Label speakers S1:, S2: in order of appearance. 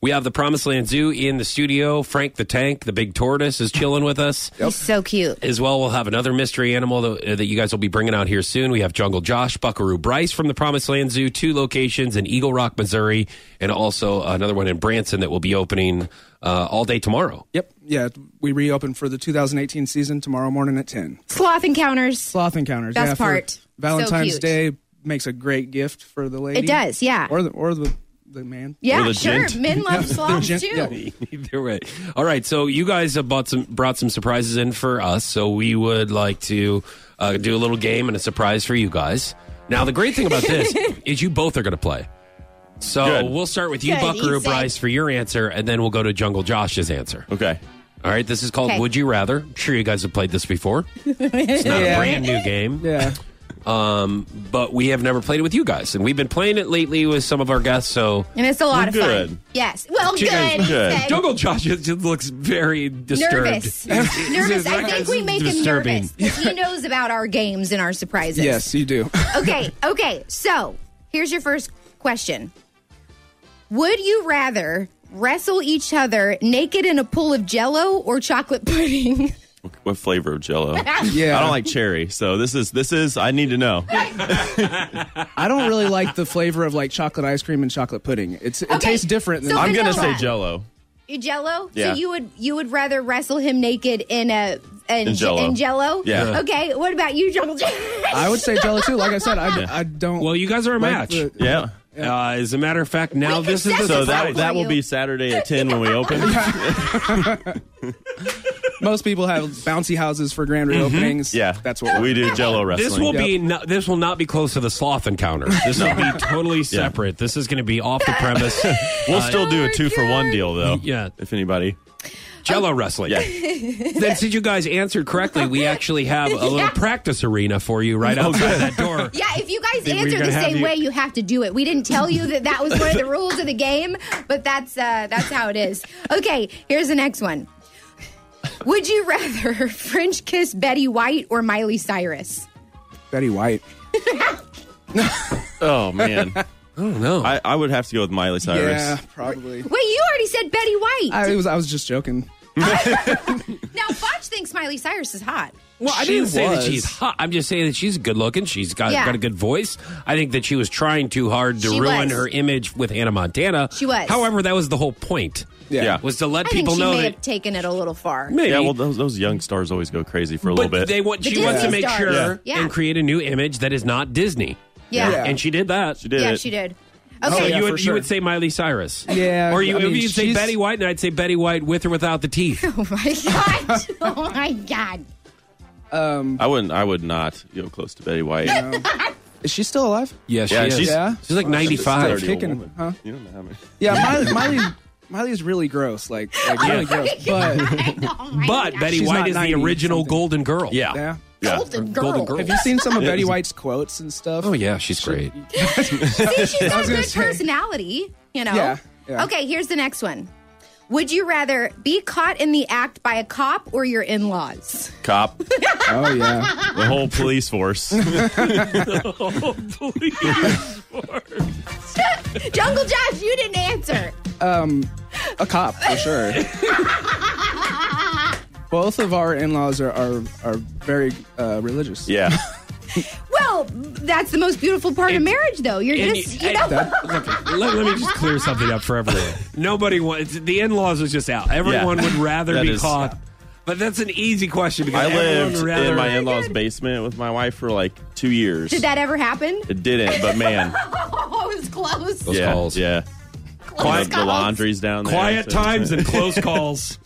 S1: We have the Promised Land Zoo in the studio. Frank the Tank, the big tortoise, is chilling with us.
S2: He's so cute.
S1: As well, we'll have another mystery animal that, uh, that you guys will be bringing out here soon. We have Jungle Josh, Buckaroo Bryce from the Promised Land Zoo, two locations in Eagle Rock, Missouri, and also another one in Branson that will be opening uh, all day tomorrow.
S3: Yep. Yeah. We reopen for the 2018 season tomorrow morning at 10.
S2: Sloth encounters.
S3: Sloth encounters.
S2: Best
S3: yeah, for
S2: part.
S3: Valentine's
S2: So cute.
S3: Day makes a great gift for the lady.
S2: It does, yeah.
S3: Or the or the, the man.
S2: yeah,
S1: Or the
S2: sure.
S1: gent.
S2: Men love sloths
S3: gent,
S2: too.
S3: yeah.
S1: Either way. All right. So you guys have bought some, brought some surprises in for us. So we would like to uh, do a little game and a surprise for you guys. Now, the great thing about this is you both are going to play. So
S4: Good.
S1: we'll start with you,
S2: Good,
S1: Buckaroo
S2: easy.
S1: Bryce, for your answer, and then we'll go to Jungle Josh's answer.
S4: Okay.
S1: All right. This is called
S2: Okay.
S1: Would You Rather. I'm sure you guys have played this before. It's not a
S3: Yeah.
S1: brand new game
S3: Yeah.
S1: um, but we have never played it with you guys, and we've been playing it lately with some of our guests. So
S2: And it's a lot of
S4: Good.
S2: fun. Yes. Well,
S1: She
S2: good.
S4: is
S2: he
S4: good.
S2: said.
S1: Jungle Josh just looks very disturbed.
S2: Nervous. nervous. I think we make
S1: Disturbing.
S2: him nervous. 'cause He knows about our games and our surprises.
S3: yes, you do.
S2: Okay, okay. So here's your first question Would you rather wrestle each other naked in a pool of jello or chocolate pudding?
S4: What flavor of Jello?
S3: Yeah.
S4: I don't like cherry, so this is this is. I need to know.
S3: I don't really like the flavor of like chocolate ice cream and chocolate pudding. It's it
S2: Okay,
S3: tastes different than
S2: so
S4: I'm gonna
S2: Vanilla.
S4: say Jello.
S2: You Jello?
S4: Yeah.
S2: So you would you would rather wrestle him naked in a in,
S4: In Jell-O.
S2: in Jello?
S4: Yeah.
S2: Okay. What about you, Jungle? Josh?
S3: I would say jello too. Like I said, I, I don't
S1: Well, you guys are a
S3: like
S1: match.
S3: the-
S4: Yeah.
S1: Uh, as a matter of fact, now
S2: We
S1: this is
S2: can
S1: the
S2: set
S4: So
S2: That's
S4: that
S2: fine
S4: that
S2: for
S4: will
S2: you.
S4: be Saturday at ten when we open.
S3: most people have bouncy houses for grand reopenings.
S4: Yeah,
S3: That's what
S4: we do. Jello wrestling.
S1: This will
S3: Yep.
S1: be no, this will not be close to the sloth encounter. This will be totally separate. This is going to be off the premise.
S4: We'll still do a two for one deal though.
S1: Yeah.
S4: If anybody.
S1: Jello wrestling.
S4: Yeah.
S1: Then since you guys answered correctly, we actually have a little
S2: Yeah.
S1: practice arena for you right outside that door.
S2: Yeah, if you guys
S1: Think we're
S2: answer
S1: gonna
S2: the
S1: have
S2: same
S1: you-
S2: way, you have to do it. We didn't tell you that that was one of the rules of the game, but that's uh, that's how it is. Okay, here's the next one. Would you rather French kiss Betty White or Miley Cyrus?
S3: Betty White.
S4: Oh man.
S1: Oh no.
S4: I, I would have to go with Miley Cyrus.
S3: Yeah, probably.
S2: Wait, you already said Betty White.
S3: I was I was just joking.
S2: now, Foch thinks Miley Cyrus is hot.
S1: Well, I
S3: She
S1: didn't say that
S3: was.
S1: she's hot. I'm just saying that she's good looking. She's got,
S2: Yeah.
S1: got a good voice. I think that she was trying too hard to
S2: She
S1: ruin
S2: was.
S1: her image with Hannah Montana.
S2: She was.
S1: However, that was the whole point.
S3: Yeah.
S4: Yeah.
S1: Was to let
S2: I think
S1: people
S2: she
S1: know
S2: may
S1: that
S2: have taken it a little far.
S1: maybe.
S4: Yeah, well, those, those young stars always go crazy for a
S1: but
S4: little bit.
S1: they want.
S2: The
S1: She wants to
S2: Disney
S1: make
S2: stars.
S1: sure
S2: Yeah.
S1: and create a new image that is not Disney.
S2: Yeah.
S3: Yeah.
S1: And she did that.
S4: she did
S2: Yeah,
S4: it.
S2: she did.
S1: So
S2: Okay.
S3: yeah,
S1: you
S3: for
S1: would you
S3: sure.
S1: would say Miley Cyrus.
S3: Yeah,
S1: Or you
S3: I mean,
S1: you'd say
S3: she's-
S1: Betty White, and I'd say Betty White with or without the teeth.
S2: Oh my god! Oh my god!
S4: I wouldn't. I would not go close to Betty White.
S3: Is she still alive?
S1: Yeah, she
S4: Yeah,
S1: is.
S4: she's-
S3: Yeah.
S1: She's like 95.
S4: Dirty old
S3: Kicking,
S4: woman.
S3: huh?
S4: You don't know how many.
S3: Yeah, Miley, Miley Miley's really gross. Like, like really gross. But
S2: Oh my
S1: But
S2: God.
S1: Betty
S3: She's
S1: White
S3: not
S1: is the
S3: 90
S1: original
S3: something.
S1: Golden Girl.
S3: yeah.
S4: Yeah.
S2: Golden girl.
S1: Golden Girl.
S3: Have you seen some of Betty White's quotes and stuff?
S1: Oh yeah, she's great.
S2: See, she's got a
S3: gonna
S2: good
S3: say.
S2: personality, you know.
S3: Yeah, yeah.
S2: Okay, here's the next one. Would you rather be caught in the act by a cop or your in-laws?
S4: Cop. The
S3: Oh yeah.
S4: whole police force.
S1: Oh,
S2: Jungle Josh, you didn't answer.
S3: A cop for sure. Both of our in-laws are are, are very uh, religious.
S4: Yeah.
S2: Well, that's the most beautiful part of marriage, though. You're
S1: and
S2: just,
S1: you-
S2: you know.
S3: That-
S1: Look, let, let me just clear something up for everyone. Nobody wants the in-laws was just out. Everyone
S4: Yeah.
S1: would rather
S4: That
S1: be
S4: is-
S1: caught. But that's an easy question because
S4: I
S1: everyone
S4: lived
S1: would rather.
S4: in my in-laws' basement with my wife for like two years.
S2: Did that ever happen?
S4: it didn't, but man,
S2: Oh, it was close.
S1: Those
S4: yeah,
S1: calls.
S4: yeah.
S2: Close
S4: Quiet, the
S2: calls.
S4: laundry's down there.
S1: quiet
S4: so-
S1: times and close calls.